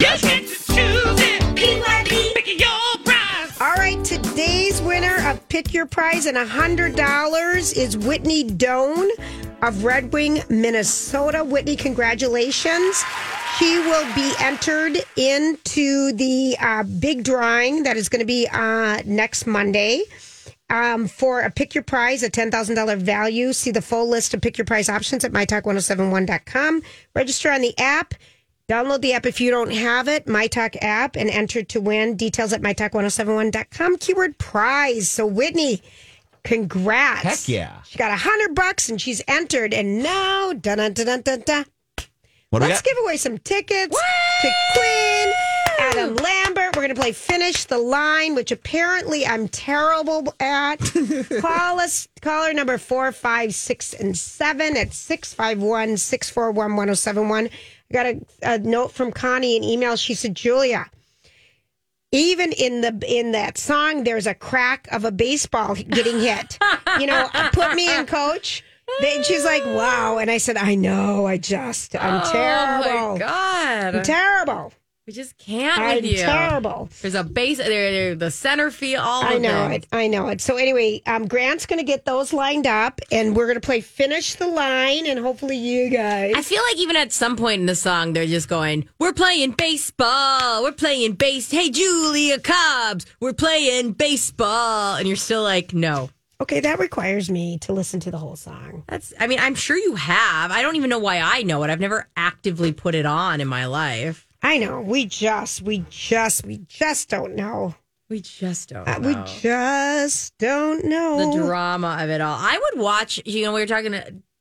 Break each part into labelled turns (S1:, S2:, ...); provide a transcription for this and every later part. S1: Yes, it's Tuesday. PYB. Pick your prize.
S2: All right, today's winner of Pick Your Prize and $100 is Whitney Doan of Red Wing, Minnesota. Whitney, congratulations. She will be entered into the uh, big drawing that is going to be uh, next Monday. Um, for a pick your prize, a $10,000 value. See the full list of pick your prize options at mytalk1071.com. Register on the app. Download the app if you don't have it, MyTalk app, and enter to win. Details at mytalk1071.com. Keyword prize. So, Whitney, congrats.
S3: Heck yeah.
S2: She got a hundred bucks and she's entered. And now, dun dun dun dun dun. dun
S3: What do we
S2: Let's
S3: got?
S2: give away some tickets to Queen, Adam Lambert. We're going to play Finish the Line, which apparently I'm terrible at. Call us, caller number four, five, six, and seven at 651 641 1071. oh, I got a, a note from Connie, an email. She said, Julia, even in the in that song there's a crack of a baseball getting hit you know uh, put me in coach then she's like wow and i said i know i just i'm terrible
S4: Oh my
S2: i'm
S4: god!
S2: terrible
S4: we just can't
S2: i'm
S4: with you.
S2: terrible
S4: There's a base. There, there, the center field. All
S2: i
S4: of
S2: know
S4: them.
S2: it i know it so anyway um, grant's gonna get those lined up and we're gonna play finish the line and hopefully you guys
S4: I feel like even at some point in the song, they're just going, "We're playing baseball. We're playing base. Hey, Julia Cobbs, we're playing baseball," and you're still like, "No."
S2: okay that requires me to listen to the whole song
S4: That's. I mean, I'm sure you have. I don't even know why I know it. I've never actively put it on in my life.
S2: i know we just we just we just don't know
S4: We just don't.
S2: Uh,
S4: know.
S2: we just don't know
S4: the drama of it all. I would watch. You know, we were talking.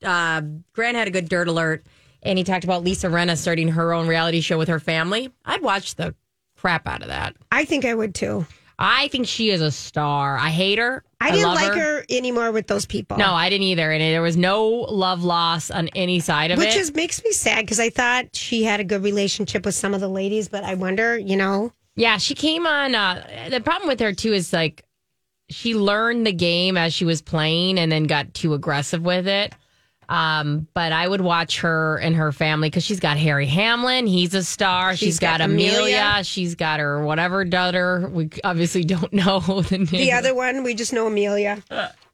S4: Uh, Grant had a good dirt alert, and he talked about Lisa Renna starting her own reality show with her family. I'd watch the crap out of that.
S2: I think I would too.
S4: I think she is a star. I hate her.
S2: I, didn't
S4: love
S2: like her. anymore with those people.
S4: No, I didn't either. And there was no love loss on any side of
S2: which
S4: it.
S2: is makes me sad because I thought she had a good relationship with some of the ladies, but I wonder, you know,
S4: yeah, she came on. Uh, the problem with her too is like she learned the game as she was playing, and then got too aggressive with it. Um, but I would watch her and her family because she's got Harry Hamlin. He's a star.
S2: She's
S4: she's got,
S2: got
S4: Amelia.
S2: Amelia.
S4: She's got her whatever daughter. We obviously don't know the name.
S2: the other one. We just know Amelia.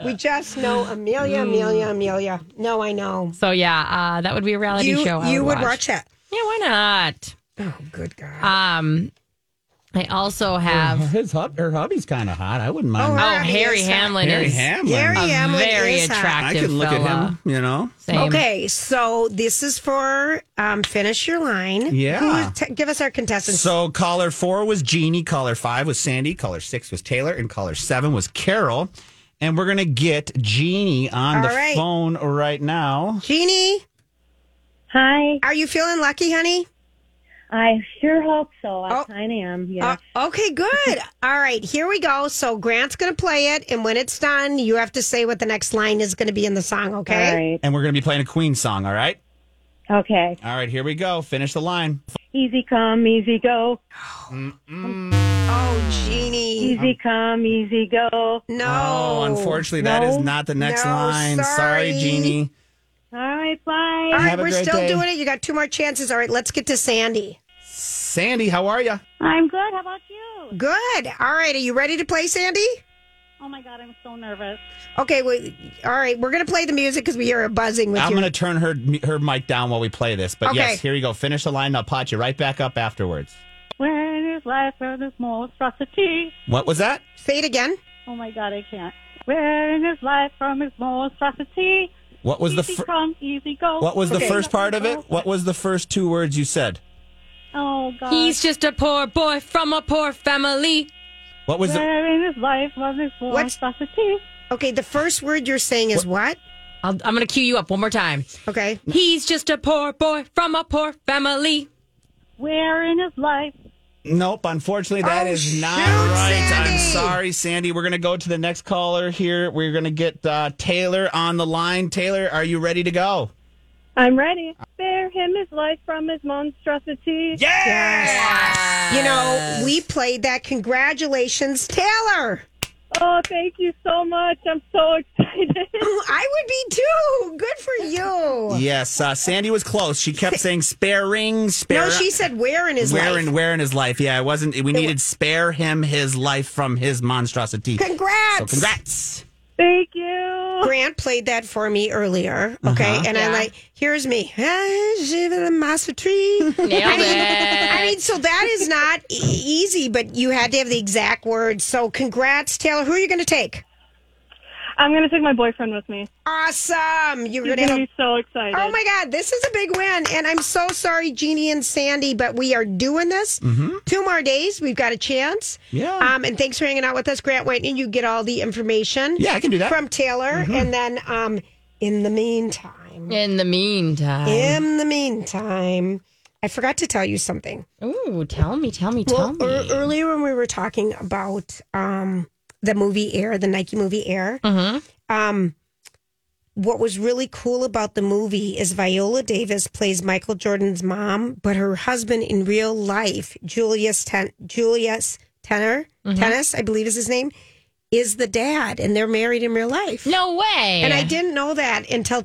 S2: We just know Amelia, Amelia, Amelia. No, I know.
S4: So yeah, uh, that would be a reality
S2: You
S4: show. I
S2: you would watch. that.
S4: Yeah, why not?
S2: Oh, good God.
S4: Um, I also have.
S3: His hub, her hubby's kind of hot. I wouldn't mind.
S2: Oh,
S4: Oh,
S2: her- Harry
S4: Harry
S2: is-
S4: Hamlin
S3: Harry
S4: is
S3: Hamlin.
S2: Gary
S4: a
S2: Hamlin
S4: very
S2: is hot.
S3: I
S4: attractive.
S3: can look at him.
S4: fella.
S3: You know.
S4: Same.
S2: Okay, so this is for um, finish your line.
S3: Yeah.
S2: Who- t- give us our contestants.
S3: So caller four was Jeannie, caller five was Sandy, caller six was Taylor, and caller seven was Carol. And we're gonna get Jeannie on
S2: All
S3: the
S2: right.
S3: phone right now.
S2: Jeannie,
S5: Hi,
S2: are you feeling lucky, honey?
S5: I sure hope so. I
S2: Oh.
S5: kind of am. Yeah.
S2: Oh, okay, good. All right, here we go. So Grant's going to play it, and when it's done, you have to say what the next line is going to be in the song. Okay.
S3: And we're gonna be playing a Queen song. All right.
S5: All right. Okay.
S3: All right. Here we go. Finish the line.
S5: Easy come, easy go.
S2: Oh, Jeannie.
S3: Um.
S5: Easy come, easy go.
S2: No.
S3: Oh, unfortunately, that is
S5: No.
S3: not the next
S2: No,
S3: line. Sorry,
S2: sorry.
S3: Jeannie.
S5: All right,
S2: All
S5: bye.
S2: right,
S3: Have a
S2: we're
S3: great
S2: still
S3: day.
S2: doing it. You got two more chances. All right, let's get to Sandy.
S3: Sandy, how are you?
S5: I'm good. How about you?
S2: Good. All right, are you ready to play, Sandy?
S5: Oh my God, I'm so nervous.
S2: Okay. Well, all right, we're going to play the music because we hear a buzzing with
S3: I'm
S2: your.
S3: going to turn her her mic down while we play this. But
S2: Okay.
S3: yes, here you go. Finish the line. and I'll pot you right back up afterwards.
S5: Where is life where there's more atrocity?
S3: What was that?
S2: Say it again.
S5: Oh my God, I can't. Where is life from his more atrocity?
S3: What was the
S5: Easy
S3: fir-
S5: come, easy go.
S3: What was the
S2: Okay.
S3: first part of it? What was the first two words you said?
S5: Oh God.
S4: He's just a poor boy from a poor family.
S3: What was the
S5: Where is life where there's more
S2: What's-
S5: atrocity?
S2: Okay, the first word you're saying is what?
S4: I'll, I'm going to cue you up one more time.
S2: Okay.
S4: He's just a poor boy from a poor family.
S5: Where in his life?
S3: Nope, unfortunately, that
S2: Oh,
S3: is not
S2: shoot,
S3: right. I'm
S2: Sandy.
S3: sorry, Sandy. We're going to go to the next caller here. We're going to get uh, Taylor on the line. Taylor, are you ready to go?
S5: I'm ready. Spare him his life from his monstrosity.
S2: You know, we played that. Congratulations, Taylor.
S5: Oh, thank you so much. I'm so excited.
S2: I would be too. Good for you.
S3: Yes, uh, Sandy was close. She kept saying spare ring, spare.
S2: No, she said where in his
S3: where
S2: life.
S3: in where in his life. Yeah, it wasn't. We needed spare him his life from his monstrosity.
S2: Congrats.
S3: So congrats.
S5: Thank you.
S2: Grant played that for me earlier.
S3: Uh-huh.
S2: Okay. And I'm
S4: Yeah.
S2: like, here's me. Master tree.
S4: Nailed it.
S2: I mean, so that is not e- easy, but you had to have the exact words. So congrats, Taylor. Who are you going to take?
S5: I'm going to take my boyfriend with me.
S2: Awesome. You're
S5: He's
S2: going to
S5: going to
S2: have.
S5: be so excited.
S2: Oh my God, this is a big win. And I'm so sorry, Jeannie and Sandy, but we are doing this. Two more days. We've got a chance.
S3: Mm-hmm. Yeah.
S2: Um, and thanks for hanging out with us, Grant Whitney. You get all the information
S3: Yeah, I can do that. Mm-hmm.
S2: from Taylor. And then um, in the meantime,
S4: In the meantime,
S2: in the meantime, I forgot to tell you something.
S4: ooh, tell me, tell me, tell
S2: Well,
S4: me.
S2: ear- earlier when we were talking about um, the movie Air, the Nike movie Air,
S4: Mm-hmm.
S2: um, what was really cool about the movie is Viola Davis plays Michael Jordan's mom, but her husband in real life, Julius Ten- Julius Tenor,
S4: Mm-hmm.
S2: Tennis, I believe is his name, is the dad, and they're married in real life.
S4: no way.
S2: And I didn't know that until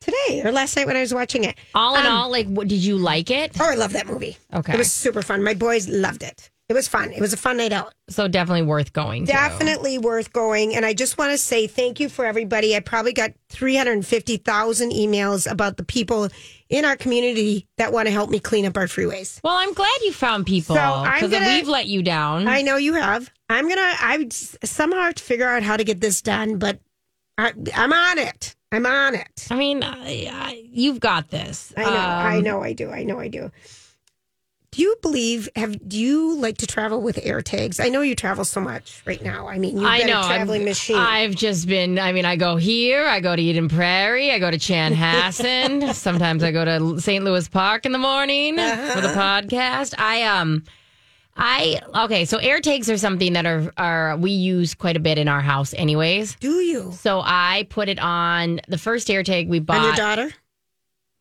S2: today or last night when I was watching it.
S4: All in all, like, what, did you like it?
S2: Oh, I love that movie.
S4: Okay.
S2: It was super fun. My boys loved it. It was fun. It was a fun night out.
S4: So definitely worth going. to.
S2: Definitely worth going. And I just want to say thank you for everybody. I probably got 350,000 emails about the people in our community that want to help me clean up our freeways.
S4: Well, I'm glad you found people
S2: So I'm
S4: because
S2: gonna-
S4: we've let you down.
S2: I know you have. I'm going to, I would s- somehow have to figure out how to get this done, but I, I'm on it. I'm on it.
S4: I mean, I, I, you've got this.
S2: I know. I
S4: Um,
S2: know I do. I know I do. Do you believe, have, do you like to travel with air tags? I know you travel so much right now. I mean, you've
S4: I
S2: been
S4: know.
S2: a
S4: I'm-
S2: traveling machine.
S4: I've just been. I mean, I go here. I go to Eden Prairie. I go to Chanhassen. Sometimes I go to St. Louis Park in the morning
S2: Uh-huh.
S4: for the podcast. I um, I okay. So air tags are something that are are we use quite a bit in our house, anyways.
S2: do you?
S4: So I put it on the first air tag we
S2: And your
S4: bought.
S2: daughter?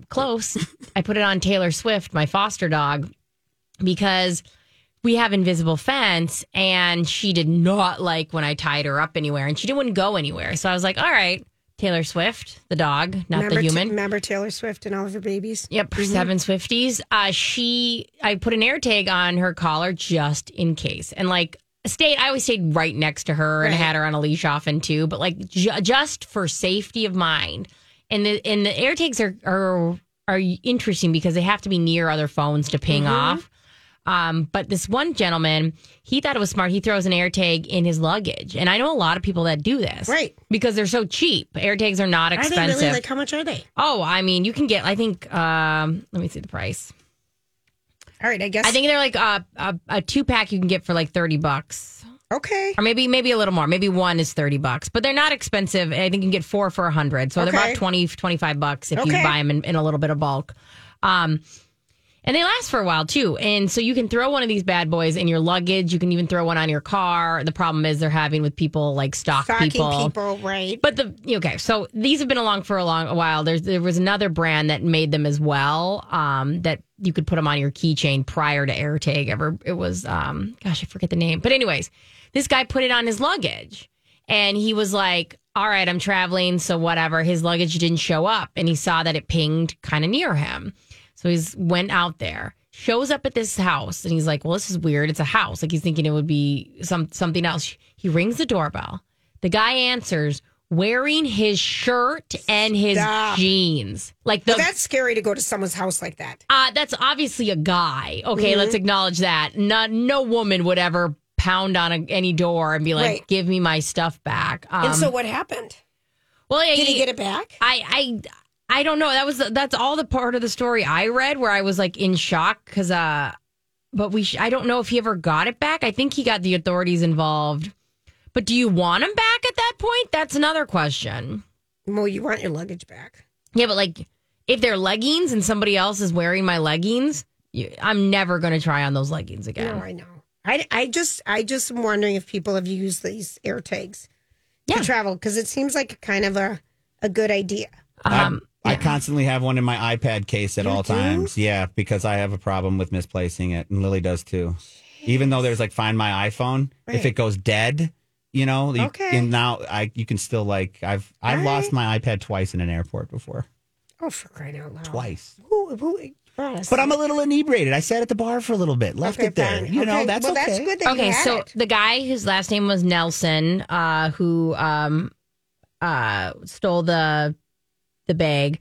S4: close. I put it on Taylor Swift, my foster dog, because we have invisible fence and she did not like when I tied her up anywhere and she didn't go anywhere. So I was like, all right, Taylor Swift, the dog, not
S2: remember
S4: the
S2: Ta-
S4: human.
S2: remember Taylor Swift and all of her babies?
S4: Yep, seven Swifties. Uh, she, I put an air tag on her collar just in case, and like stayed. I always stayed right next to her and
S2: Right.
S4: had her on a leash often too, but like ju- just for safety of mind. And the and the air tags are are are interesting because they have to be near other phones to
S2: Mm-hmm.
S4: ping off. Um, but this one gentleman, he thought it was smart. He throws an air tag in his luggage, and I know a lot of people that do this,
S2: Right.
S4: Because they're so cheap. Air tags are not
S2: Are
S4: expensive.
S2: they really like how much are they?
S4: Oh, I mean, you can get. I think. Um, let me see the price.
S2: All right, I guess.
S4: I think they're like uh, a a two pack you can get for like thirty bucks,
S2: okay.
S4: or maybe maybe a little more. Maybe one is thirty bucks, but they're not expensive. I think you can get four for a hundred, so they're
S2: Okay.
S4: about 20, 25 bucks if
S2: Okay.
S4: you buy them in, in a little bit of bulk. Um, and they last for a while too, and so you can throw one of these bad boys in your luggage. You can even throw one on your car. The problem is they're having with people like stock
S2: Stalking people, right?
S4: But the okay, so these have been along for a long a while. There's there was another brand that made them as well. Um, that you could put them on your keychain prior to AirTag ever. It was um, gosh, I forget the name. But anyways, this guy put it on his luggage, and he was like, "All right, I'm traveling, so whatever." His luggage didn't show up, and he saw that it pinged kind of near him, so he's went out there. Shows up at this house and he's like, "Well, this is weird. It's a house. Like he's thinking it would be some something else." He rings the doorbell. The guy answers wearing his shirt and his
S2: Stop.
S4: jeans. Like the
S2: Well, that's scary to go to someone's house like that.
S4: uh, that's obviously a guy. Okay,
S2: Mm-hmm.
S4: let's acknowledge that. Not no woman would ever pound on a, any door and be like,
S2: Right.
S4: "Give me my stuff back." Um,
S2: and so what happened?
S4: well, yeah,
S2: Did he get it back?
S4: I I I don't know. That was that's all the part of the story I read where I was like in shock because uh, but we sh- I don't know if he ever got it back. I think he got the authorities involved. But do you want him back at that point? That's another question.
S2: Well, you want your luggage back.
S4: Yeah, but like if they're leggings and somebody else is wearing my leggings, You, I'm never going to try on those leggings again.
S2: No, I know. I, I just I just am wondering if people have used these air tags
S4: Yeah.
S2: to travel because it seems like kind of a, a good idea.
S4: Um,
S3: I, I constantly have one in my iPad case at all times. Yeah, because I have a problem with misplacing it, and Lily does too. Even though there's like Find My iPhone, if
S2: Right.
S3: it goes dead, you know, you-
S2: Okay.
S3: and now I you can still like I've I've
S2: All
S3: lost my iPad twice in an airport before,
S2: Oh, for crying out loud!
S3: twice.
S2: Who, who, honestly.
S3: But I'm a little inebriated. I sat at the bar for a little bit, left
S2: Okay,
S3: it there.
S2: fine.
S3: You know,
S2: Okay,
S3: that's
S2: well,
S3: okay.
S2: that's good. That
S4: okay,
S2: you had
S4: so
S2: it.
S4: the guy whose last name was Nelson, uh, who um, uh, stole the the bag,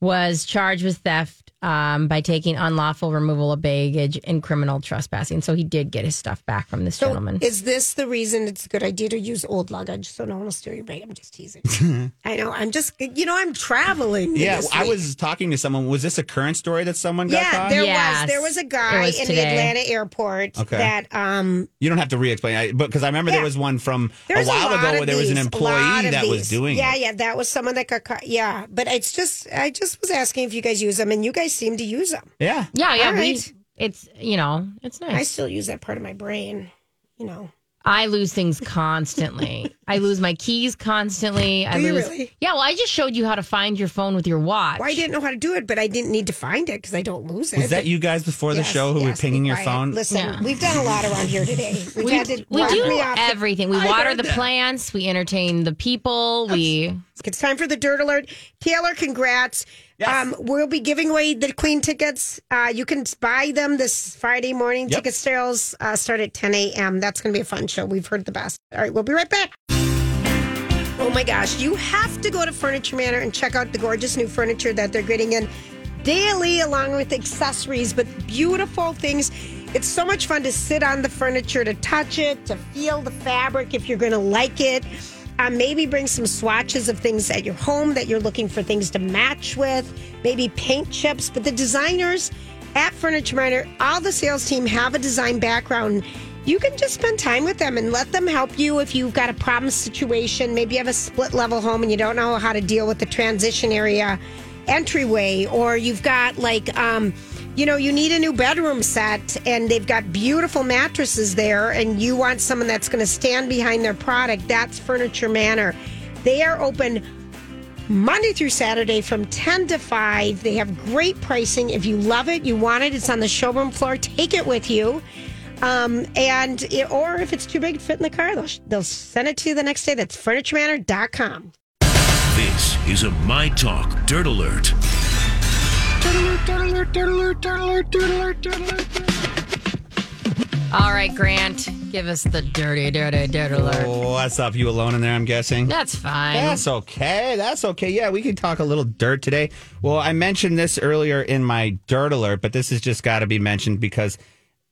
S4: was charged with theft um, by taking unlawful removal of baggage and criminal trespassing. So he did get his stuff back from this
S2: So
S4: gentleman.
S2: is this the reason it's a good idea to use old luggage so no one will steal your bag? I'm just teasing. I know. I'm just, you know, I'm traveling.
S3: Yeah,
S2: this
S3: I
S2: week.
S3: was talking to someone. Was this a current story that someone got
S2: Yeah,
S3: caught?
S2: there
S4: Yes,
S2: was there was a
S4: it
S2: guy
S4: was
S2: in the
S4: today.
S2: Atlanta airport
S3: Okay.
S2: that um
S3: You don't have to re-explain, I, but because I remember there
S2: Yeah.
S3: was one from
S2: there
S3: a
S2: was a,
S3: while
S2: lot
S3: ago
S2: of
S3: where there was an
S2: these, a lot
S3: employee
S2: of
S3: that was
S2: these.
S3: doing
S2: Yeah,
S3: it.
S2: yeah, that was someone that got caught. Yeah, but it's just I just was asking if you guys use them, and you guys seem to use them.
S3: Yeah,
S4: yeah, yeah,
S2: all
S4: we-
S2: right.
S4: it's you know it's nice.
S2: I still use that part of my brain. You know,
S4: I lose things constantly. I lose my keys constantly. I
S2: Do you
S4: lose.
S2: really?
S4: Yeah, well, I just showed you how to find your phone with your watch.
S2: well, I didn't know how to do it, but I didn't need to find it because I don't lose it.
S3: Was that you guys before the
S2: Yes,
S3: show who
S2: yes,
S3: were pinging
S2: be
S3: your
S2: quiet.
S3: phone?
S2: Listen,
S4: Yeah.
S2: we've done a lot around here today. We've
S4: We,
S2: had to
S4: we
S2: walk
S4: do
S2: me off the
S4: everything. We water the plants. We entertain the people. We
S2: It's time for the dirt alert. Taylor, congrats. Um, we'll be giving away the Queen tickets. Uh, you can buy them this Friday morning.
S3: Yep.
S2: Ticket sales uh, start at 10 a.m. That's going to be a fun show. We've heard the best. All right, we'll be right back. Oh my gosh, you have to go to Furniture Manor and check out the gorgeous new furniture that they're getting in daily, along with accessories, but beautiful things. It's so much fun to sit on the furniture, to touch it, to feel the fabric if you're going to like it. Uh, maybe bring some swatches of things at your home that you're looking for things to match with, maybe paint chips. But the designers at Furniture Minor, all the sales team have a design background. You can just spend time with them and let them help you if you've got a problem situation. Maybe you have a split level home and you don't know how to deal with the transition area entryway, or you've got like, um, you know, you need a new bedroom set and they've got beautiful mattresses there, and you want someone that's going to stand behind their product. That's Furniture Manor. They are open Monday through Saturday from 10 to 5. They have great pricing. If you love it, you want it, it's on the showroom floor. Take it with you. Um, and it, or if it's too big to fit in the car, they'll, they'll send it to you the next day. That's furnituremanor.com.
S6: This is a My Talk Dirt Alert.
S4: all right, Grant, give us the dirty, dirty, dirt alert.
S3: Oh, What's up? You alone in there? I'm guessing.
S4: That's fine.
S3: That's okay. That's okay. Yeah, we can talk a little dirt today. Well, I mentioned this earlier in my dirt alert, but this has just got to be mentioned because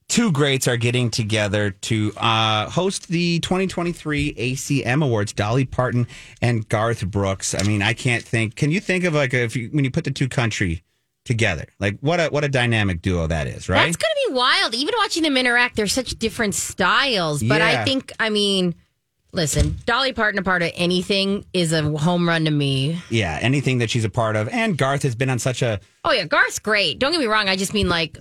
S3: two greats are getting together to uh, host the 2023 ACM Awards. Dolly Parton and Garth Brooks. I mean, I can't think. Can you think of like if you, when you put the two country together, like what a what a dynamic duo that is, right?
S4: That's gonna be wild. Even watching them interact, they're such different styles. But I
S3: Yeah.
S4: think, I mean, listen, Dolly Parton, a part of anything, is a home run to me.
S3: yeah, anything that she's a part of, and Garth has been on such a
S4: Oh yeah, Garth's great. Don't get me wrong. I just mean like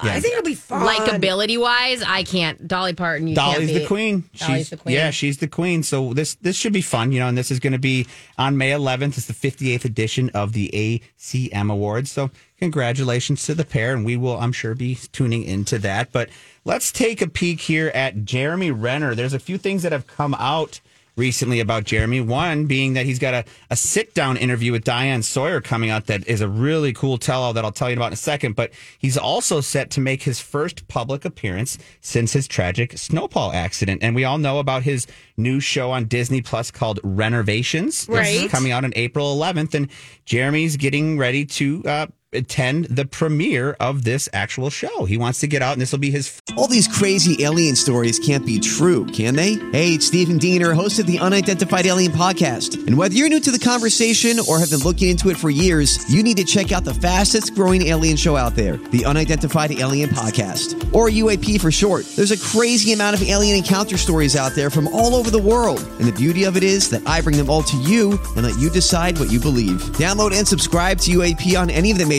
S2: I think it'll be fun.
S4: likability wise. I can't. Dolly Parton. You
S3: Dolly's
S4: can't
S3: the
S4: beat.
S3: queen.
S4: Dolly's
S3: she's
S4: the queen.
S3: Yeah, she's the queen. So this this should be fun, you know. And this is going to be on May 11th. It's the 58th edition of the ACM Awards. So congratulations to the pair, and we will, I'm sure, be tuning into that. But let's take a peek here at Jeremy Renner. There's a few things that have come out recently about Jeremy. One being that he's got a, a sit down interview with Diane Sawyer coming out that is a really cool tell all that I'll tell you about in a second. But he's also set to make his first public appearance since his tragic snowball accident. And we all know about his new show on Disney Plus called Renovations. It's
S2: Right.
S3: Coming out on April 11th. And Jeremy's getting ready to. Uh, attend the premiere of this actual show. He wants to get out and this will be his
S7: All these crazy alien stories can't be true, can they? Hey, it's Stephen Diener, host of the Unidentified Alien Podcast. And whether you're new to the conversation or have been looking into it for years, you need to check out the fastest growing alien show out there, the Unidentified Alien Podcast, or UAP for short. There's a crazy amount of alien encounter stories out there from all over the world. And the beauty of it is that I bring them all to you and let you decide what you believe. Download and subscribe to UAP on any of the major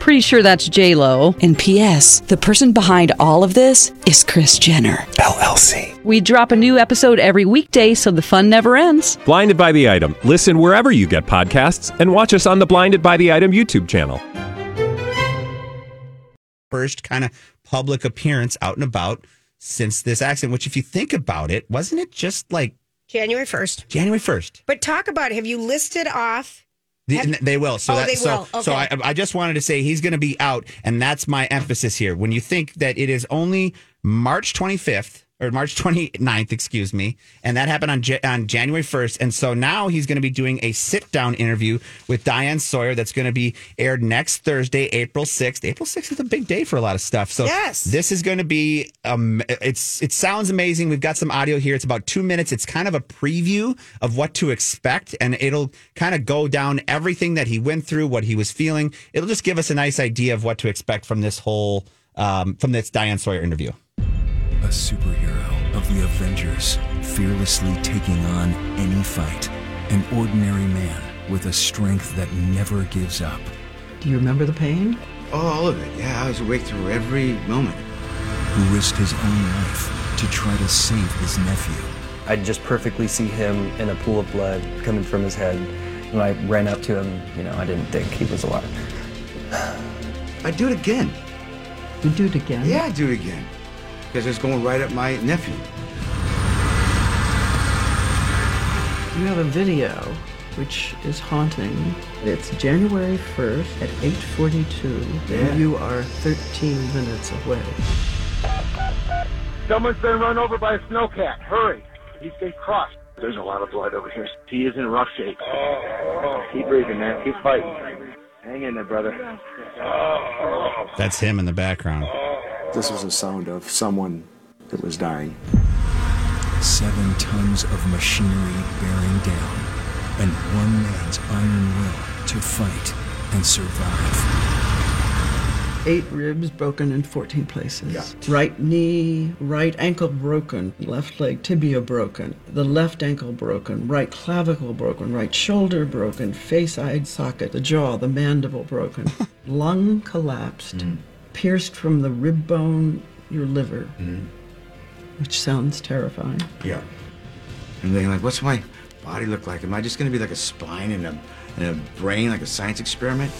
S8: Pretty sure that's J Lo.
S9: And P.S. The person behind all of this is Chris Jenner.
S10: LLC.
S8: We drop a new episode every weekday, so the fun never ends.
S10: Blinded by the item. Listen wherever you get podcasts, and watch us on the Blinded by the Item YouTube channel.
S3: first kind of public appearance out and about since this accident, which, if you think about it, wasn't it just like
S2: January 1st.
S3: January 1st?
S2: But talk about it. Have you listed off?
S3: The- and they will. So
S2: Oh,
S3: that,
S2: they
S3: so,
S2: will.
S3: so I,
S2: Okay.
S3: I just wanted to say he's going to be out, and that's my emphasis here. When you think that it is only March 25th or March 29th, excuse me, and that happened on, Ja- on January 1st, and so now he's going to be doing a sit down interview with Diane Sawyer that's going to be aired next Thursday, April 6th. April 6th is a big day for a lot of stuff. So
S2: Yes.
S3: this is going to be um it's it sounds amazing. We've got some audio here. It's about 2 minutes. It's kind of a preview of what to expect and it'll kind of go down everything that he went through, what he was feeling. It'll just give us a nice idea of what to expect from this whole um from this Diane Sawyer interview.
S11: A superhero of the Avengers, fearlessly taking on any fight. An ordinary man with a strength that never gives up.
S12: Do you remember the pain?
S13: Oh, all of it. Yeah, I was awake through every moment.
S11: Who risked his own life to try to save his nephew.
S14: I just perfectly see him in a pool of blood coming from his head. And I ran up to him, you know, I didn't think he was alive.
S13: I'd do it again.
S12: You do it again?
S13: Yeah, I'd do it again. Because it's going right up my nephew.
S12: You have a video which is haunting. It's January 1st at 8:42
S15: Yeah.
S12: and you are 13 minutes away.
S15: Someone's been run over by a snowcat. Hurry. He's been crushed. There's a lot of blood over here. He is in rough shape.
S14: Keep breathing, man. Keep fighting. Hang in there, brother.
S3: That's him in the background.
S16: This was a sound of someone that was dying.
S11: Seven tons of machinery bearing down, and one man's iron will to fight and survive.
S12: 8 ribs broken in 14 places. Right knee, right ankle broken, left leg tibia broken, the left ankle broken, right clavicle broken, right shoulder broken, face eye socket, the jaw, the mandible broken, lung collapsed,
S13: Mm.
S12: pierced from the rib bone, your liver, which sounds terrifying.
S13: Mm-hmm. Yeah. And they're like, what's my body look like? Am I just going to be like a spine and a, and a brain, like a science experiment?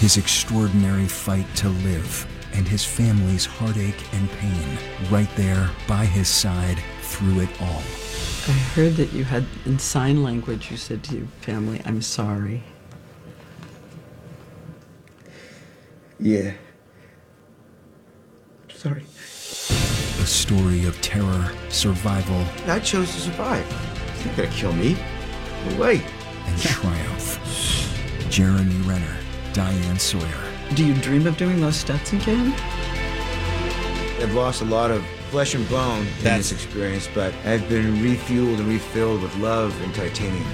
S11: His extraordinary fight to live, and his family's heartache and pain, right there by his side through it all.
S12: I heard that you had, in sign language, you said to your family, I'm sorry.
S13: Yeah.
S12: Sorry.
S11: A story of terror, survival,
S13: I chose to survive. It's not going to kill me. No way.
S11: and triumph. Jeremy Renner, Diane Sawyer.
S12: Do you dream of doing those stunts again?
S13: I've lost a lot of flesh and bone in this experience, but I've been refueled and refilled with love and titanium.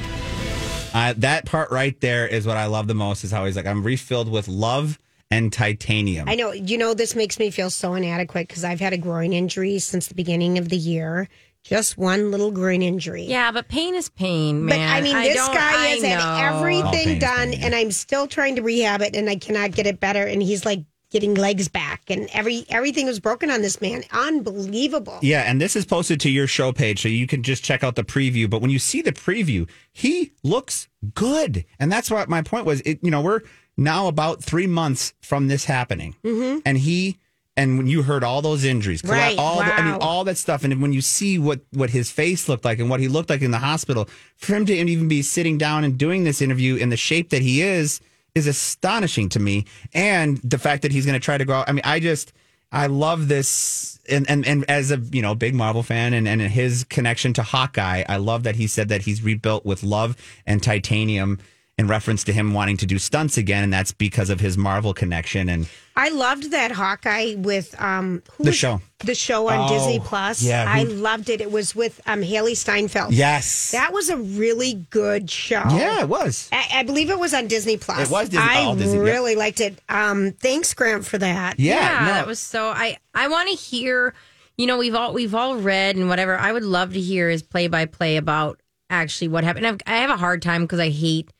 S3: Uh, that part right there is what I love the most is how he's like I'm refilled with love and titanium.
S2: I know, you know, this makes me feel so inadequate because I've had a groin injury since the beginning of the year. Just one little groin injury.
S4: Yeah, but pain is pain,
S2: But
S4: man.
S2: I mean, this
S4: don't-
S2: guy
S4: I
S2: has
S4: know.
S2: had
S3: All
S2: everything
S3: pain's
S2: done, and I'm still trying to rehab it, and I cannot get it better. And he's like getting legs back, and every everything was broken on this man. Unbelievable.
S3: Yeah, and this is posted to your show page, so you can just check out the preview. But when you see the preview, he looks good, and that's what my point was. It, you know, we're now about three months from this happening,
S1: Mhm.
S3: and he, and when you heard all those injuries, colla-
S1: Right,
S3: All the, I mean,
S1: wow.
S3: all that stuff, and when you see what what his face looked like and what he looked like in the hospital, for him to even be sitting down and doing this interview in the shape that he is is astonishing to me. And the fact that he's going to try to go out, I mean, I just. I love this, and, and and as a you know big Marvel fan, and and his connection to Hawkeye, I love that he said that he's rebuilt with love and titanium, in reference to him wanting to do stunts again, and that's because of his Marvel connection and
S2: I loved that Hawkeye with um who
S3: The
S2: was-
S3: show.
S2: the show on
S3: Oh,
S2: Disney Plus.
S3: yeah,
S2: I
S3: who-
S2: loved it. It was with um Haley Steinfeld.
S3: Yes.
S2: that was a really good show.
S3: Yeah, it was.
S2: I, I believe it was on Disney Plus.
S3: It was Disney-
S2: I
S3: all Disney, yep.
S2: really liked it. Um, thanks Grant for that.
S4: yeah that was so i i want to hear you know we've all we've all read and whatever i would love to hear is play by play about actually what happened I've, i have a hard time because i hate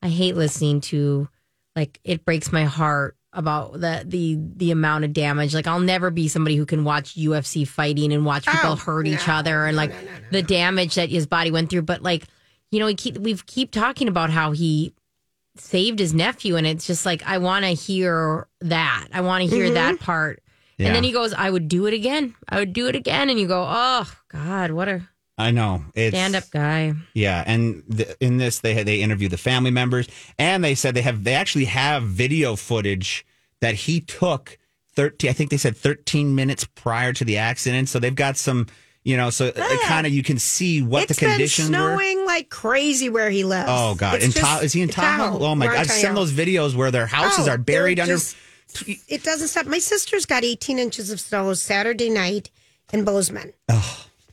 S4: i hate listening to like it breaks my heart about the the the amount of damage like i'll never be somebody who can watch ufc fighting and watch people hurt each other and like the damage that his body went through but like you know we keep we've keep talking about how he saved his nephew and it's just like i want to hear that i want to hear
S1: Mhm.
S4: that part
S3: Yeah.
S4: and then he goes i would do it again i would do it again and you go oh god what a
S3: I know it's
S4: stand-up guy
S3: Yeah, and th- in this they had they interviewed the family members, and they said they have they actually have video footage that he took thirteen. I think they said thirteen minutes prior to the accident. So they've got some, you know, so kind of you can see what
S2: Ah, It's
S3: the
S2: been
S3: conditions were.
S2: snowing like crazy where he lives.
S3: Oh God!
S2: It's
S3: In Ta-
S2: just-
S3: is he in Tahoe? Oh my
S2: We're
S3: God!
S2: in
S3: I've seen
S2: Tahoe.
S3: those videos where their houses
S2: Oh,
S3: are buried
S2: they're
S3: under.
S2: just- it doesn't stop. My sister's got 18 inches of snow Saturday night in Bozeman.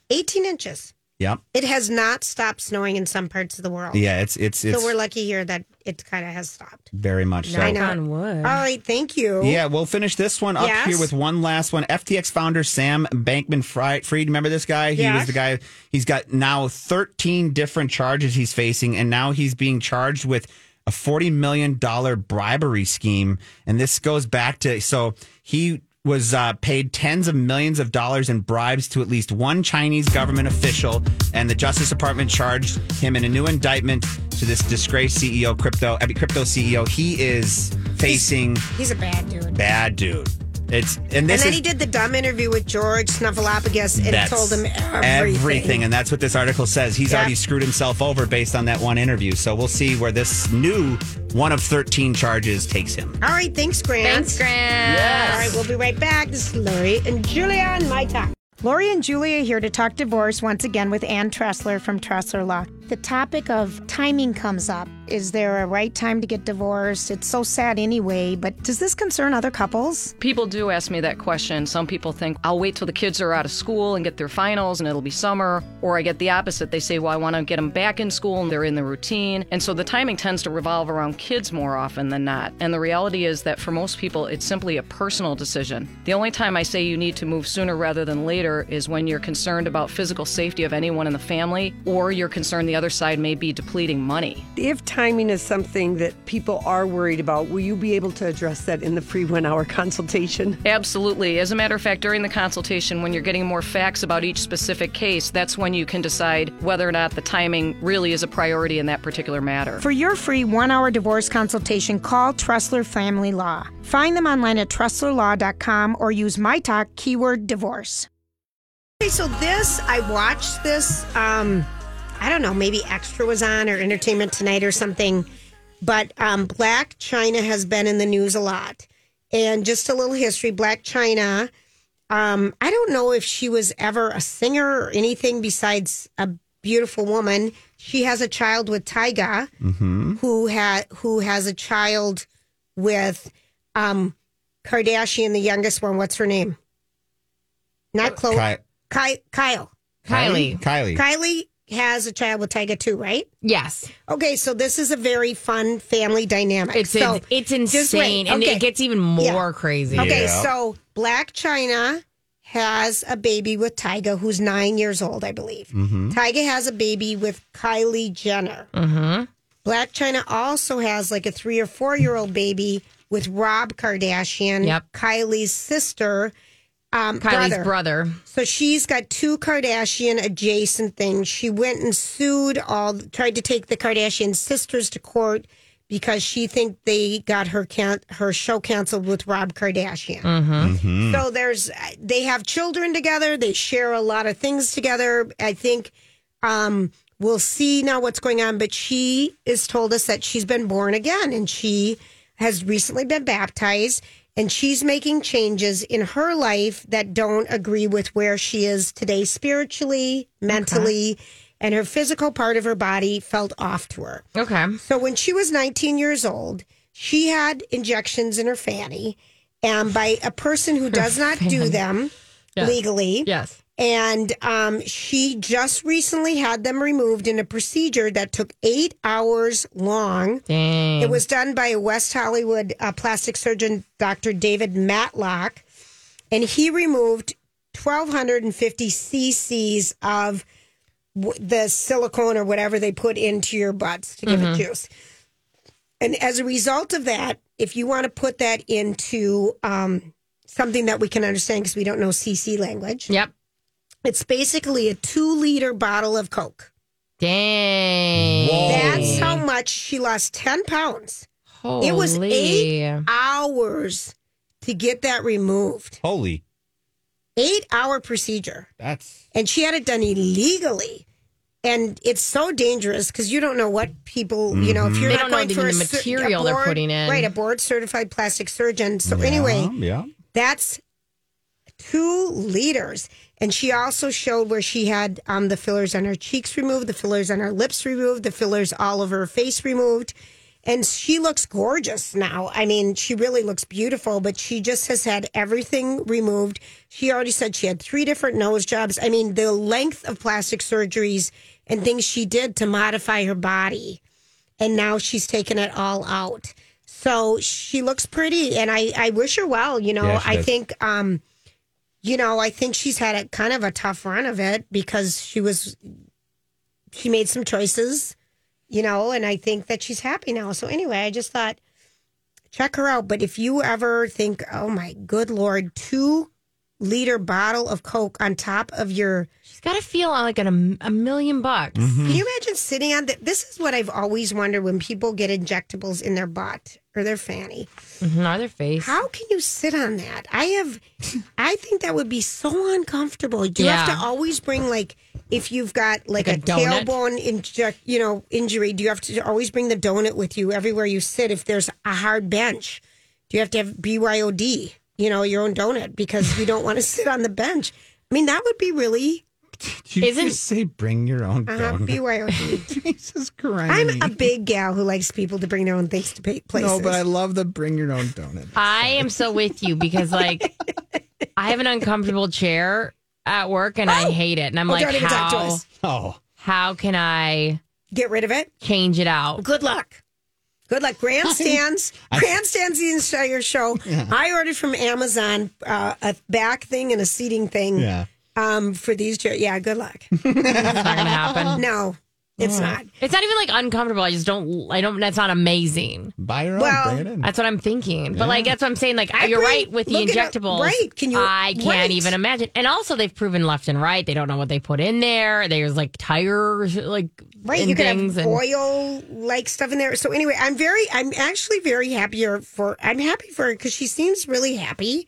S2: 18 inches.
S3: Yep.
S2: It has not stopped snowing in some parts of the world.
S3: Yeah, it's it's it's
S2: so we're lucky here that it kind of has stopped.
S3: very much so.
S2: I know. All right. Thank you.
S3: Yeah, we'll finish this one up
S2: Yes.
S3: here with one last one. FTX founder Sam Bankman Fried. Remember this guy? He was
S2: Yes.
S3: the guy. He's got now 13 different charges he's facing, and now he's being charged with a $40 million bribery scheme. And this goes back to so he was uh, paid tens of millions of dollars in bribes to at least one Chinese government official, and the Justice Department charged him in a new indictment to this disgraced CEO, crypto, I mean, crypto CEO. He is facing
S2: He's a bad dude.
S3: bad dude. It's and
S2: And,
S3: this
S2: then
S3: is
S2: he did the dumb interview with George Snuffleupagus and
S3: that's
S2: told him everything.
S3: and that's what this article says. He's
S2: Yeah.
S3: already screwed himself over based on that one interview. So we'll see where this new one of thirteen charges takes him.
S2: All right. Thanks, Grant. Thanks, Grant. All right. We'll be right back. This is Lori and Julia on My Talk. Lori and Julia here to talk divorce once again with Ann Tressler from Tressler Law. The topic of timing comes up. Is there a right time to get divorced? It's so sad anyway, but does this concern other couples?
S17: People do ask me that question. Some people think, I'll wait till the kids are out of school and get their finals and it'll be summer. Or I get the opposite. They say, Well, I want to get them back in school and they're in the routine. And so the timing tends to revolve around kids more often than not. And the reality is that for most people, it's simply a personal decision. The only time I say you need to move sooner rather than later is when you're concerned about physical safety of anyone in the family or you're concerned the other side may be depleting money.
S18: If timing is something that people are worried about, will you be able to address that in the free one hour consultation?
S17: Absolutely. As a matter of fact, during the consultation, when you're getting more facts about each specific case, that's when you can decide whether or not the timing really is a priority in that particular matter.
S2: For your free one hour divorce consultation, call Tressler Family Law. Find them online at TresslerLaw.com or use my talk keyword divorce. Okay, so this, I watched this, um, I don't know, maybe Extra was on or Entertainment Tonight or something, but um, Black China has been in the news a lot. And just a little history Black China, um, I don't know if she was ever a singer or anything besides a beautiful woman. She has a child with Tyga
S1: Mm-hmm.
S2: who had who has a child with um Kardashian, the youngest one. What's her name? Not Chloe.
S3: Ky-
S2: Ky- Kyle.
S3: Kylie. Kylie.
S2: Kylie has a child with Tyga too, right?
S4: Yes.
S2: Okay, so this is a very fun family dynamic.
S4: it's
S2: so
S4: in- it's
S2: just wait.
S4: insane and
S2: Okay.
S4: it gets even more crazy
S2: Okay, so Black China has a baby with Tyga, who's nine years old, I believe.
S1: Mhm.
S2: Tyga has a baby with Kylie Jenner.
S1: Mm-hmm.
S2: Black China also has like a three or four year old baby with Rob Kardashian,
S4: Yep.
S2: Kylie's sister, um,
S4: Kylie's
S2: brother.
S4: brother.
S2: So she's got two Kardashian adjacent things. She went and sued all, tried to take the Kardashian sisters to court because she think they got her can- her show canceled with Rob Kardashian.
S1: Mhm.
S2: So there's they have children together. They share a lot of things together. I think um, we'll see now what's going on. But she is told us that she's been born again and she has recently been baptized and she's making changes in her life that don't agree with where she is today spiritually, mentally, and her physical part of her body felt off to her.
S4: Okay.
S2: So when she was 19 years old, she had injections in her fanny, and by a person who does not do
S4: fanny.
S2: them
S4: Yes.
S2: legally.
S4: Yes.
S2: And um, she just recently had them removed in a procedure that took eight hours long.
S4: Dang.
S2: It was done by a West Hollywood uh, plastic surgeon, Dr. David Matlock, and he removed 1,250 cc's of w- the silicone or whatever they put into your butts to give
S1: Mhm.
S2: it juice. And as a result of that, if you want to put that into um, something that we can understand because we don't know CC language.
S4: Yep.
S2: It's basically a two liter bottle of Coke.
S4: Dang. Oh.
S2: That's how much she lost 10 pounds. It was
S4: Holy.
S2: eight hours to get that removed.
S3: Holy,
S2: Eight hour procedure.
S3: that's
S2: And she had it done illegally. And it's so dangerous because you don't know what people, you know, if
S4: Mhm.
S2: you're
S4: They
S2: not
S4: don't know
S2: going
S4: the-
S2: for a
S4: the
S2: cer- a
S4: material they're
S2: board-
S4: putting in.
S2: Right, a board certified plastic surgeon. So, anyway,
S3: yeah.
S2: that's two liters. And she also showed where she had um, the fillers on her cheeks removed, the fillers on her lips removed, the fillers all over her face removed. And she looks gorgeous now. I mean, she really looks beautiful, but she just has had everything removed. She already said she had three different nose jobs. I mean, the length of plastic surgeries and things she did to modify her body and now she's taken it all out. So she looks pretty, and I, I wish her well. You know,
S1: Yeah, she
S2: I
S1: does.
S2: think, um, you know, I think she's had a kind of a tough run of it because she was, she made some choices, you know, and I think that she's happy now. So anyway, I just thought, check her out. But if you ever think, oh my good lord, two liter bottle of Coke on top of your
S4: She's got to feel uh, like an, a million bucks.
S2: can you imagine sitting on that? This is what I've always wondered when people get injectables in their butt or their fanny.
S4: Mhm, or their face.
S2: How can you sit on that? I have, I think that would be so uncomfortable. You have
S4: Yeah.
S2: to always bring like if you've got like,
S4: Like
S2: a,
S4: a donut?
S2: tailbone inject, you know, injury. Do you have to always bring the donut with you everywhere you sit? If there's a hard bench, do you have to have BYOD? You know, your own donut because you don't want to sit on the bench. I mean, that would be really
S3: Did you
S2: Isn't-
S3: just say bring your own
S2: uh,
S3: donut?
S2: BYOD.
S3: Jesus Christ.
S7: Mm-hmm.
S2: I'm a big gal who likes people to bring their own things to pa- places.
S3: No, but I love the bring your own donut.
S4: I am so with you because like I have an uncomfortable chair at work and I hate it. And I'm
S2: Oh,
S4: like,
S2: don't even talk to
S4: how,
S2: us.
S3: Oh.
S4: how can I
S2: get rid of it?
S4: Change it out.
S2: Good luck. Good luck. Grandstands. Grandstands the entire show.
S4: Yeah.
S2: I ordered from Amazon uh, a back thing and a seating thing
S4: Yeah.
S2: um, for these chairs. Yeah, good luck.
S4: It's not gonna happen.
S2: No, it's not.
S4: It's not even like uncomfortable. I just don't. I don't. That's not amazing.
S3: Buy your
S4: own.
S2: Well- bring it
S4: in. That's what I'm thinking.
S2: Yeah.
S4: But like, that's what I'm saying. Like, you're
S2: agree.
S4: right with the
S2: Look at it.
S4: injectables.
S2: Right. Can you-
S4: I can't
S2: right.
S4: even imagine. And also, they've proven left and right. They don't know what they put in there. There's like tires, like
S2: Right,
S4: and
S2: you could
S4: things
S2: have
S4: and-
S2: oil like stuff in there. So anyway, I'm very, I'm actually very happier for. I'm happy for her because she seems really happy.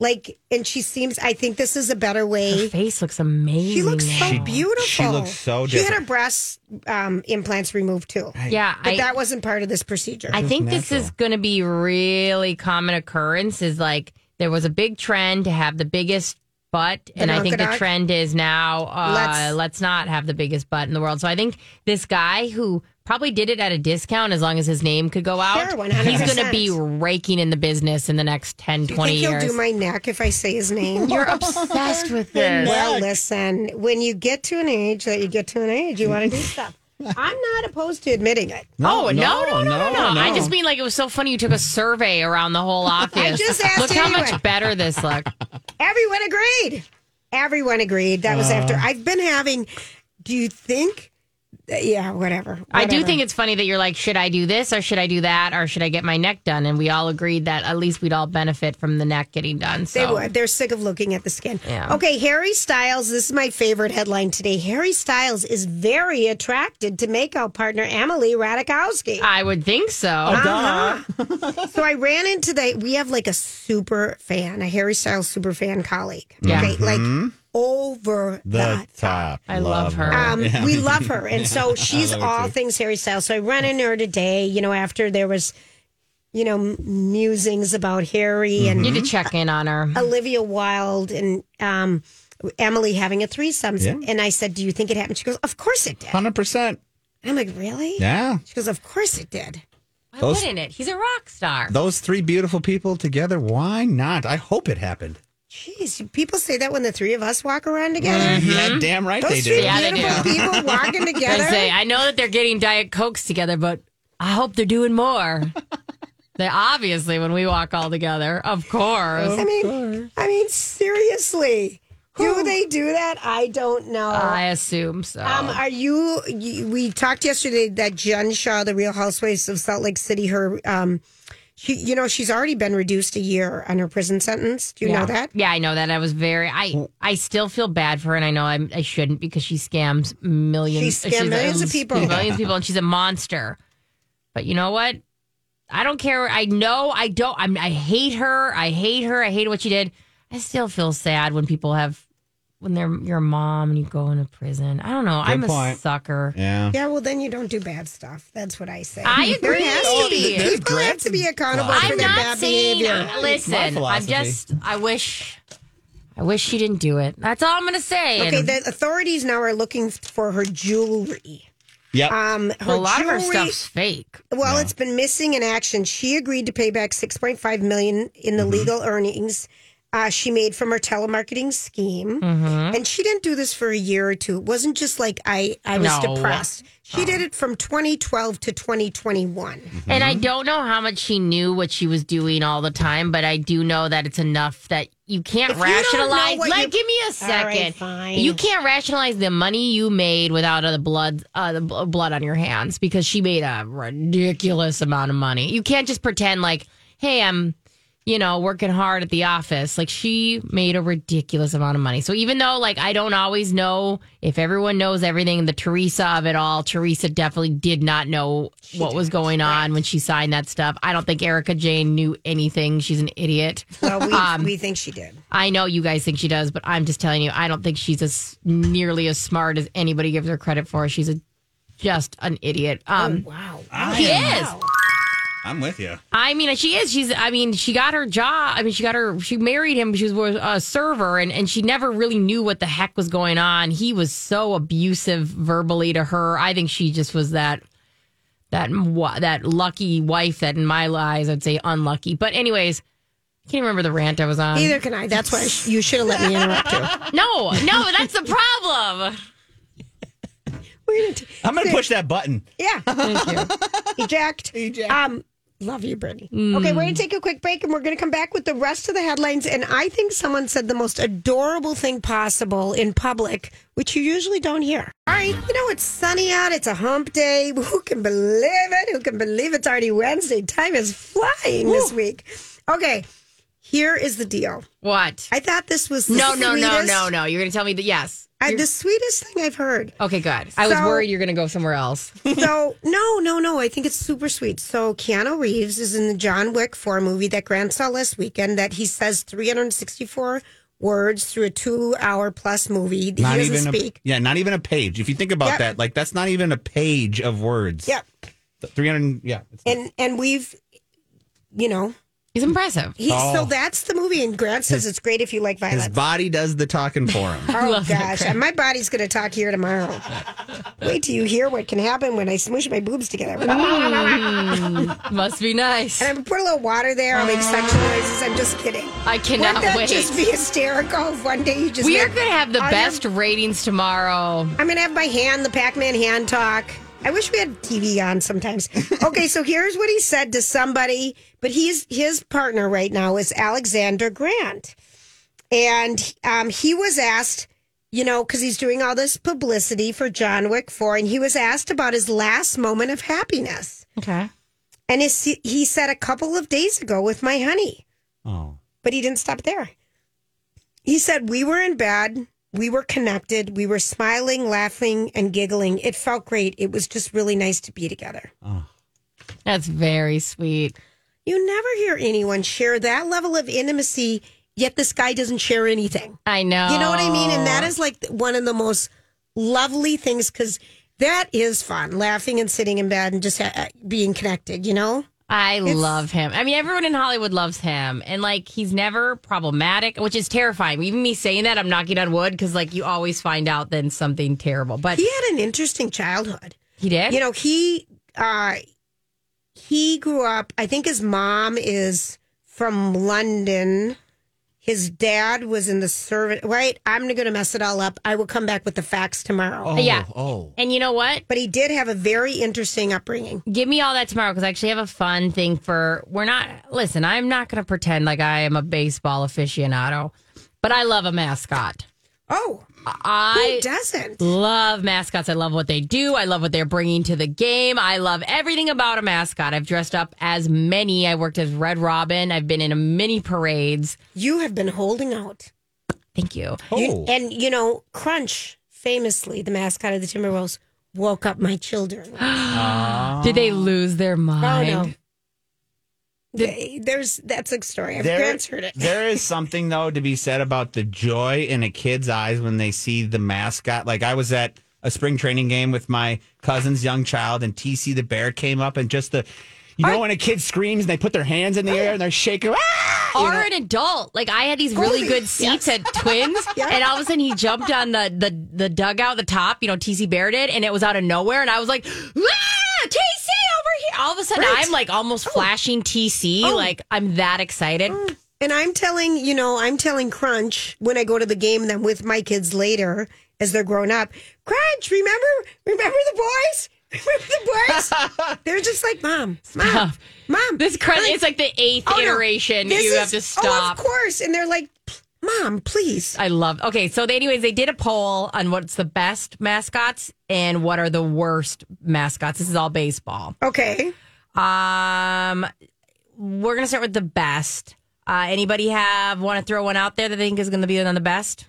S2: Like, and she seems. I think this is a better way. Her
S4: face looks amazing.
S2: She looks so
S3: now.
S2: beautiful.
S3: She looks so
S2: She had her
S3: different.
S2: breast um, implants removed too.
S4: Yeah,
S2: but
S4: I-
S2: that wasn't part of this procedure.
S4: I think this is going to be really common occurrence. Is like there was a big trend to have the biggest butt, and I think the
S17: Badonkadonk?
S4: trend is now uh,
S17: Let's-
S4: let's, not have the biggest butt in the world. So I think this guy who probably did it at a discount as long as his name could go out
S2: Sure,
S4: he's going
S2: 100%.
S4: to be raking in the business in the next 10
S2: Do you
S4: 20
S2: think
S4: years
S2: he'll do my neck if I say his name?
S4: You're obsessed with
S2: The
S4: this.
S2: Well,
S4: neck.
S2: listen, when you get to an age that you get to an age, you want to do stuff. I'm not opposed to admitting it.
S4: oh no no no no, no,
S2: no.
S4: I just mean like it was so funny. You took a survey around the whole office.
S2: just asked
S4: Look how
S2: anyway.
S4: much better this looked.
S2: Everyone agreed. Everyone agreed. That was
S3: Uh.
S2: after I've been having. Do you think? Yeah, whatever.
S4: I do
S2: whatever.
S4: think it's funny that you're like, should I do this or should I do that or should I get my neck done? And we all agreed that at least we'd all benefit from the neck getting done. So.
S2: They would. They're sick of looking at the skin.
S4: Yeah.
S2: Okay, Harry Styles. This is my favorite headline today. Harry Styles is very attracted to makeout partner Emily Radikowski.
S4: I would think so.
S2: Uh-huh. so I ran into the. We have like a super fan, a Harry Styles super fan colleague.
S1: Yeah.
S2: Okay, like
S1: Mhm.
S2: over
S1: The top.
S4: I love her.
S2: Um,
S1: Yeah.
S2: We love her, and so
S1: I
S2: she's
S1: love her
S2: all
S1: too.
S2: things Harry Styles. So I ran into her today. You know, after there was, you know, m- musings about Harry and
S4: Mm-hmm. Need to check in on her.
S2: Olivia Wilde, and um, Emily having a threesome.
S3: Yeah.
S2: And I said, Do you think it happened? She goes, Of course it did.
S3: 100%.
S2: I'm like, Really?
S3: Yeah.
S2: She goes, Of course it did.
S4: Why
S3: Those-
S4: wouldn't it? He's a rock star.
S3: Those three beautiful people together, why not? I hope it happened.
S2: Jeez, people say that when the three of us walk around together.
S3: Yeah, damn right
S2: Mm-hmm. Those
S3: Mm-hmm. they do.
S2: three beautiful people walking
S4: I
S2: together.
S4: say, I know that they're getting Diet Cokes together, but I hope they're doing more. they obviously, when we walk all together, of course.
S2: I mean, I mean, seriously, do they do that? I don't know.
S4: I assume so.
S2: Um, are you, you? We talked yesterday that Jen Shaw, the Real Housewives of Salt Lake City, her, um, she, you know, she's already been reduced a year on her prison sentence. Do you
S4: yeah.
S2: know that?
S4: Yeah, I know that. I was very. I I still feel bad for her, and I know I'm, I shouldn't because she scams millions.
S2: She scammed millions of people.
S4: millions of people, and she's a monster. But you know what? I don't care. I know. I don't. I'm, I hate her. I hate her. I hate what she did. I still feel sad when people have when they're your mom and you go into prison. I don't know.
S3: Good
S4: I'm
S3: point.
S4: a sucker.
S3: Yeah.
S2: Yeah. Well, then you don't do bad stuff. That's what I say.
S4: I
S2: There
S4: agree.
S2: has to be.
S4: They've
S2: People have to be accountable for
S4: I'm
S2: their
S4: not
S2: bad
S4: saying. uh,
S2: behavior.
S3: My
S4: listen, I'm
S3: philosophy.
S4: just. I wish. I wish she didn't do it. That's all I'm gonna say.
S2: Okay,
S4: And-
S2: the authorities now are looking for her jewelry.
S3: Yep.
S2: Um, her
S4: a lot of her
S2: jewelry-
S4: stuff's fake.
S2: Well, it's been missing in action. She agreed to pay back 6.5 million in the legal earnings uh, she made from her telemarketing scheme,
S1: Mhm.
S2: and she didn't do this for a year or two. It wasn't just like I I was
S4: No.
S2: depressed. She did it from 2012 to 2021.
S4: And
S2: Mm-hmm.
S4: I don't know how much she knew what she was doing all the time, but I do know that it's enough that you can't
S2: If you don't know
S4: rationalize.
S2: what
S4: like,
S2: you-
S4: give me a
S2: All right,
S4: second.
S2: fine.
S4: You can't rationalize the money you made without the blood, uh, the bl- blood on your hands because she made a ridiculous amount of money. You can't just pretend like, hey, I'm, you know, working hard at the office. Like she made a ridiculous amount of money. So even though like I don't always know if everyone knows everything, the Teresa of it all, Teresa definitely did not know what was going on when she signed that stuff. I don't think Erica Jane knew anything. She's an idiot.
S2: Well, we,
S4: Um,
S2: we think she did.
S4: I know you guys think she does, but I'm just telling you, I don't think she's as nearly as smart as anybody gives her credit for. She's a just an idiot. Um,
S2: wow,
S4: she
S3: I-
S4: is.
S3: I'm with you.
S4: I mean, she is. She's. I mean, she got her job. I mean, she got her. She married him. She was a server, and and she never really knew what the heck was going on. He was so abusive verbally to her. I think she just was that that wa- that lucky wife that, in my eyes, I'd say unlucky. But anyways, I can't remember the rant I was on.
S2: Neither can I. That's why I sh- you should have let me interrupt you.
S4: No, no, that's the problem.
S3: I'm going to push that button.
S2: Yeah. Eject. Eject. Um, love you, Brittany.
S4: Mm.
S2: Okay, we're going to take a quick break and we're going to come back with the rest of the headlines. And I think someone said the most adorable thing possible in public, which you usually don't hear. All right. You know, it's sunny out. It's a hump day. Who can believe it? Who can believe it's already Wednesday? Time is flying this week. Okay. Here is the deal.
S4: What?
S2: I thought this was the
S4: No, no, no,
S2: sweetest-
S4: no, no. You're gonna tell me that yes.
S2: I, the sweetest thing I've heard.
S4: Okay, good. I was
S2: So-
S4: worried you're gonna go somewhere else.
S2: so no, no, no. I think it's super sweet. So Keanu Reeves is in the John Wick four movie that Grant saw last weekend. That he says three hundred and sixty four words through a two hour plus movie.
S3: Not
S2: he doesn't
S3: even
S2: speak.
S3: A, yeah, not even a page. If you think about
S2: Yep.
S3: that, like that's not even a page of words.
S2: Yep.
S3: 300 yeah. it's-
S2: And and we've, you know,
S4: He's impressive.
S2: he. So
S3: Oh.
S2: that's the movie. And Grant says
S3: His-
S2: it's great if you like
S3: His
S2: violence.
S3: body does the talking for him.
S2: Oh gosh, and my body's gonna talk here tomorrow. Wait till you hear what can happen when I smoosh my boobs together.
S4: Mm, must be nice.
S2: And I'm gonna put a little water there. I'll make sexual noises. I'm just kidding.
S4: I cannot
S2: Wouldn't that
S4: wait.
S2: just be hysterical if one day you just
S4: We are
S2: make-
S4: gonna have the
S2: Are you-
S4: best ratings tomorrow.
S2: I'm gonna have my hand, the Pac-Man hand talk. I wish we had TV on sometimes. Okay, so here's what he said to somebody, but he's his partner right now is Alexander Grant, and um, he was asked, you know, because he's doing all this publicity for John Wick Four, and he was asked about his last moment of happiness,
S4: Okay.
S2: and his, he said a couple of days ago with my honey.
S3: Oh.
S2: But he didn't stop there. He said, We were in bed. We were connected. We were smiling, laughing, and giggling. It felt great. It was just really nice to be together.
S4: That's very sweet.
S2: You never hear anyone share that level of intimacy, yet this guy doesn't share anything.
S4: I know.
S2: You know what I mean? And that is like one of the most lovely things because that is fun laughing and sitting in bed and just ha- being uh, connected, you know?
S4: I love him. I mean, everyone in Hollywood loves him, and like he's never problematic, which is terrifying. Even me saying that, I'm knocking on wood because like you always find out then something terrible. But
S2: he had an interesting childhood.
S4: He did.
S2: You know, he uh he grew up, I think his mom is from London. His dad was in the servant. Right? I'm going to mess it all up. I will come back with the facts tomorrow.
S4: yeah. And you know what?
S2: But he did have a very interesting upbringing.
S4: Give me all that tomorrow because I actually have a fun thing for. We're not. Listen, I'm not going to pretend like I am a baseball aficionado, but I love a mascot.
S2: Oh,
S4: I
S2: Who doesn't?
S4: love mascots. I love what they do. I love what they're bringing to the game. I love everything about a mascot. I've dressed up as many. I worked as Red Robin. I've been in a mini parades.
S2: You have been holding out.
S4: Thank you.
S2: You- and you know, Crunch, famously the mascot of the Timberwolves, woke up my children.
S4: Did they lose their mind?
S2: Oh. no. They- there's that's a story. I've answered it.
S3: there is something though to be said about the joy in a kid's eyes when they see the mascot. Like I was at a spring training game with my cousin's young child, and TC the bear came up, and just the you know when a kid screams and they put their hands in the air and they're shaking. "Ah!"
S4: Or an adult. Like I had these really good seats at Twins, and all of a sudden he jumped on the the the dugout, the top. You know, TC Bear did, and it was out of nowhere, and I was like, ah, TC over here. All of a sudden,
S2: Right. Oh.
S4: I'm like almost flashing TC, like I'm that excited.
S2: And I'm telling, you know, I'm telling Crunch when I go to the game and I'm with my kids later as they're grown up. Crunch, remember, remember the boys? Remember the boys? they're just like, Mom, Mom, Mom.
S4: This crunch, it's like the eighth
S2: Oh, no.
S4: iteration.
S2: This
S4: you
S2: is-
S4: have to
S2: Oh,
S4: stop.
S2: of course. And they're like, "P- Mom, please.
S4: I love. Okay, so they, anyways, they did a poll on what's the best mascots and what are the worst mascots. This is all baseball.
S2: Okay.
S4: Um, we're gonna start with the best. Uh, anybody have want to throw one out there that they think is gonna be on the best?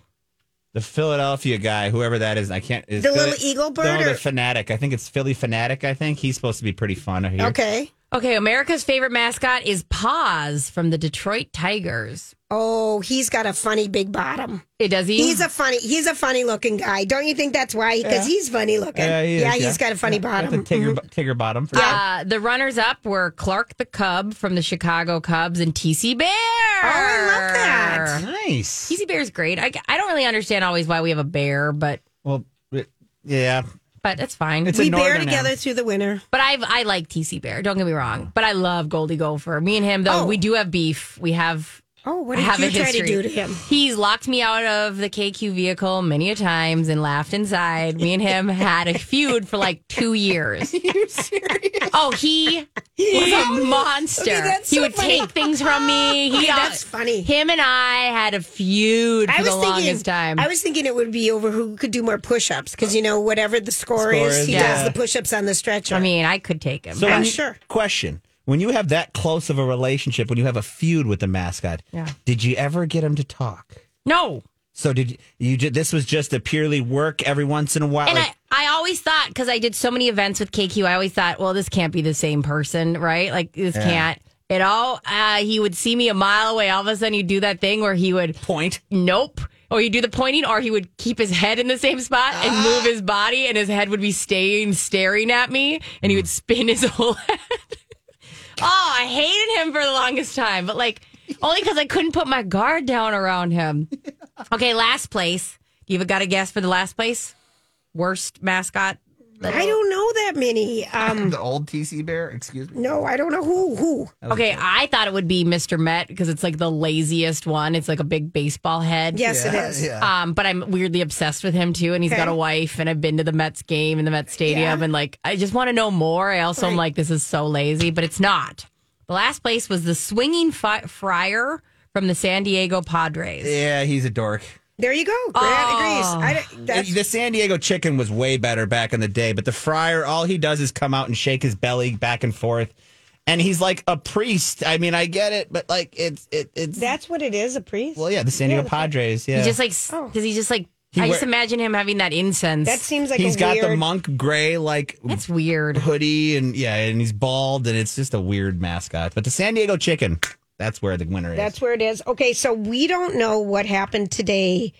S3: The Philadelphia guy, whoever that is, I can't. Is
S4: The little eagle bird
S3: No,
S4: or-
S3: the fanatic. I think it's Philly fanatic. I think he's supposed to be pretty fun. I hear.
S2: Okay.
S4: Okay. America's favorite mascot is Paws from the Detroit Tigers.
S2: Oh, he's got a funny big bottom.
S4: It does he?
S2: He's a funny. He's a funny looking guy. Don't you think that's why? Because
S3: Yeah.
S2: he's funny looking.
S3: Yeah, he is,
S2: has got a funny
S3: Got
S2: bottom.
S3: The tigger, tigger bottom. For sure.
S4: Uh, the runners up were Clark the Cub from the Chicago Cubs and TC Bear. Oh,
S2: I love that.
S3: Nice.
S4: TC Bear's great. I, I don't really understand always why we have a bear, but
S3: Well, it- yeah.
S4: but that's fine.
S3: It's a We bear northern
S2: together through the winter.
S4: But I I like TC Bear. Don't get me wrong. But I love Goldie Gopher. Me and him though, we do have beef. We have
S2: oh what did
S4: have a
S2: you try to
S4: history.
S2: do to him?
S4: He's locked me out of the KQ vehicle many a times and laughed inside. Me and him had a feud for like two years.
S1: You're serious?
S4: Oh, he was a monster.
S1: Okay, that's
S4: he
S1: so
S4: would
S1: funny.
S4: take things from me. He,
S2: Okay, that's funny.
S4: Him and I had a feud for
S2: I was
S4: the
S2: thinking.
S4: longest time.
S2: I was thinking it would be over who could do more push-ups because you know whatever the score,
S3: Score
S2: is,
S3: is,
S2: he
S3: yeah.
S2: does the push-ups on the stretcher.
S4: I mean, I could take him.
S3: So
S4: I'm
S3: when you- Question: When you have that close of a relationship, when you have a feud with the mascot,
S4: Yeah.
S3: did you ever get him to talk?
S4: No.
S3: So did you? you ju- this was just a purely work every once in a while.
S4: And
S3: like,
S4: I, I always thought because I did so many events with KQ, I always thought, well, this can't be the same person, right? Like this
S3: Yeah.
S4: can't. It all. Uh, he would see me a mile away. All of a sudden, he'd do that thing where he would
S3: point.
S4: Nope. Or he'd do the pointing, or he would keep his head in the same spot and move his body, and his head would be staying staring at me, and he would spin his whole head. oh, I hated him for the longest time, but like only because I couldn't put my guard down around him. Okay, last place. You got a guess for the last place? Worst mascot?
S2: I don't know that many. Um,
S3: the old TC bear. Excuse me.
S2: no, I don't know who who.
S4: Okay, I thought it would be Mr. Met because it's like the laziest one. It's like a big baseball head.
S2: Yes, it Yeah, is. yeah.
S4: Um, but I'm weirdly obsessed with him too, and he's got
S2: Okay.
S4: a wife, and I've been to the Mets game and the Mets stadium, and like I just want to know more. I also am like, this is so lazy, but it's not. The last place was the swinging fi- friar from the San Diego Padres.
S3: Yeah, he's a dork.
S2: There you go. Grant
S4: Oh.
S2: agrees. I, don't- that's,
S3: the San Diego chicken was way better back in the day, but the friar, all he does is come out and shake his belly back and forth, and he's like a priest. I mean, I get it, but like it's it, it's
S2: that's what it is. A priest.
S3: well, yeah, the San Diego Padres. Yeah,
S4: He just like s-
S2: Oh.
S4: does he just like
S3: He
S4: I
S3: wear-
S4: just imagine him having that incense.
S2: That seems like
S3: he's
S2: a
S3: got
S2: weird,
S3: the monk gray like
S4: that's weird
S3: hoodie and yeah and he's bald and it's just a weird mascot but the san diego chicken that's where the winner is
S2: That's where it is. Okay, so we don't know what happened today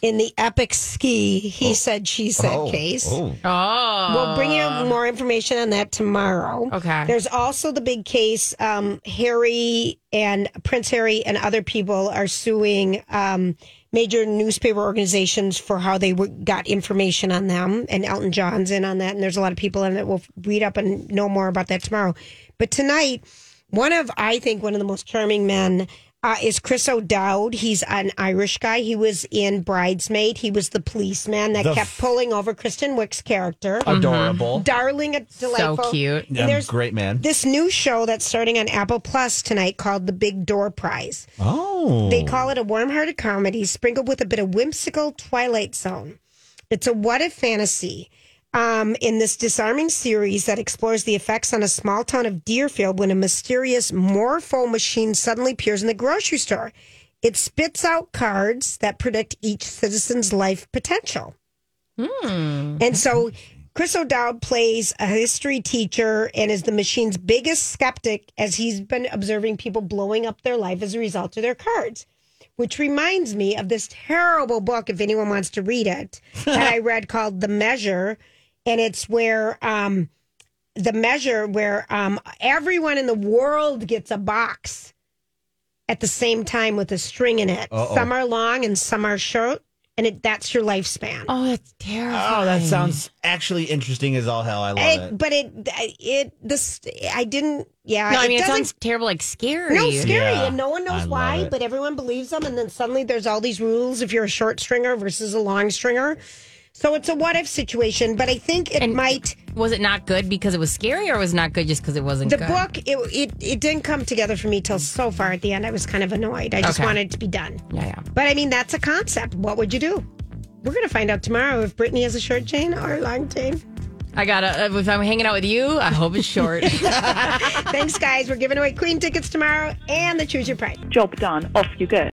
S2: in the epic ski he said she said
S1: Oh.
S2: case.
S1: Oh.
S4: Uh-huh.
S2: We'll bring you more information on that tomorrow.
S4: Okay.
S2: There's also the big case um, Harry and Prince Harry and other people are suing um, major newspaper organizations for how they w- got information on them. And Elton John's in on that. And there's a lot of people in it. We'll read up and know more about that tomorrow. But tonight, one of, I think, one of the most charming men uh, is Chris O'Dowd. He's an Irish guy. He was in Bridesmaid. He was the policeman that
S1: The
S2: kept pulling over Kristen Wick's character.
S3: Adorable. Mhm.
S2: Darling, a delightful.
S4: cute.
S2: And
S3: Yeah,
S2: there's
S3: great man.
S2: This new show that's starting on Apple Plus tonight called The Big Door Prize.
S3: Oh.
S2: They call it a warm hearted comedy sprinkled with a bit of whimsical Twilight Zone. It's a what if fantasy um, in this disarming series that explores the effects on a small town of Deerfield when a mysterious morpho machine suddenly appears in the grocery store. It spits out cards that predict each citizen's life potential. And so Chris O'Dowd plays a history teacher and is the machine's biggest skeptic as he's been observing people blowing up their life as a result of their cards. Which reminds me of this terrible book, if anyone wants to read it, that I read called The Measure. And it's where um, the measure where um, everyone in the world gets a box at the same time with a string in it.
S3: Uh-oh.
S2: Some are long and some are short, and it, that's your lifespan.
S4: Oh, that's terrible.
S3: Oh, that sounds actually interesting as all hell. I love
S2: It,
S3: it.
S2: but it, it, this, I didn't, yeah.
S4: No, I
S2: it
S4: mean, it,
S2: doesn't-
S4: sounds terrible, like scary.
S2: no, scary,
S3: Yeah.
S2: and no one
S3: I
S2: knows
S3: love
S2: why,
S3: it.
S2: but everyone believes them. And then suddenly there's all these rules if you're a short stringer versus a long stringer. So it's a what if situation, but I think it might.
S4: Was it not good because it was scary, or was it not good just because it wasn't
S2: The
S4: good?
S2: book, it, it it didn't come together for me till so far at the end. I was kind of annoyed. I just
S4: Okay.
S2: wanted it to be done.
S4: Yeah, yeah.
S2: But I mean, that's a concept. What would you do? We're going to find out tomorrow if Brittany has a short chain or a long chain.
S4: I gotta. If I'm hanging out with you, I hope it's short.
S2: Thanks, guys. We're giving away Queen tickets tomorrow and the Choose Your Prize.
S5: Job done. Off you go.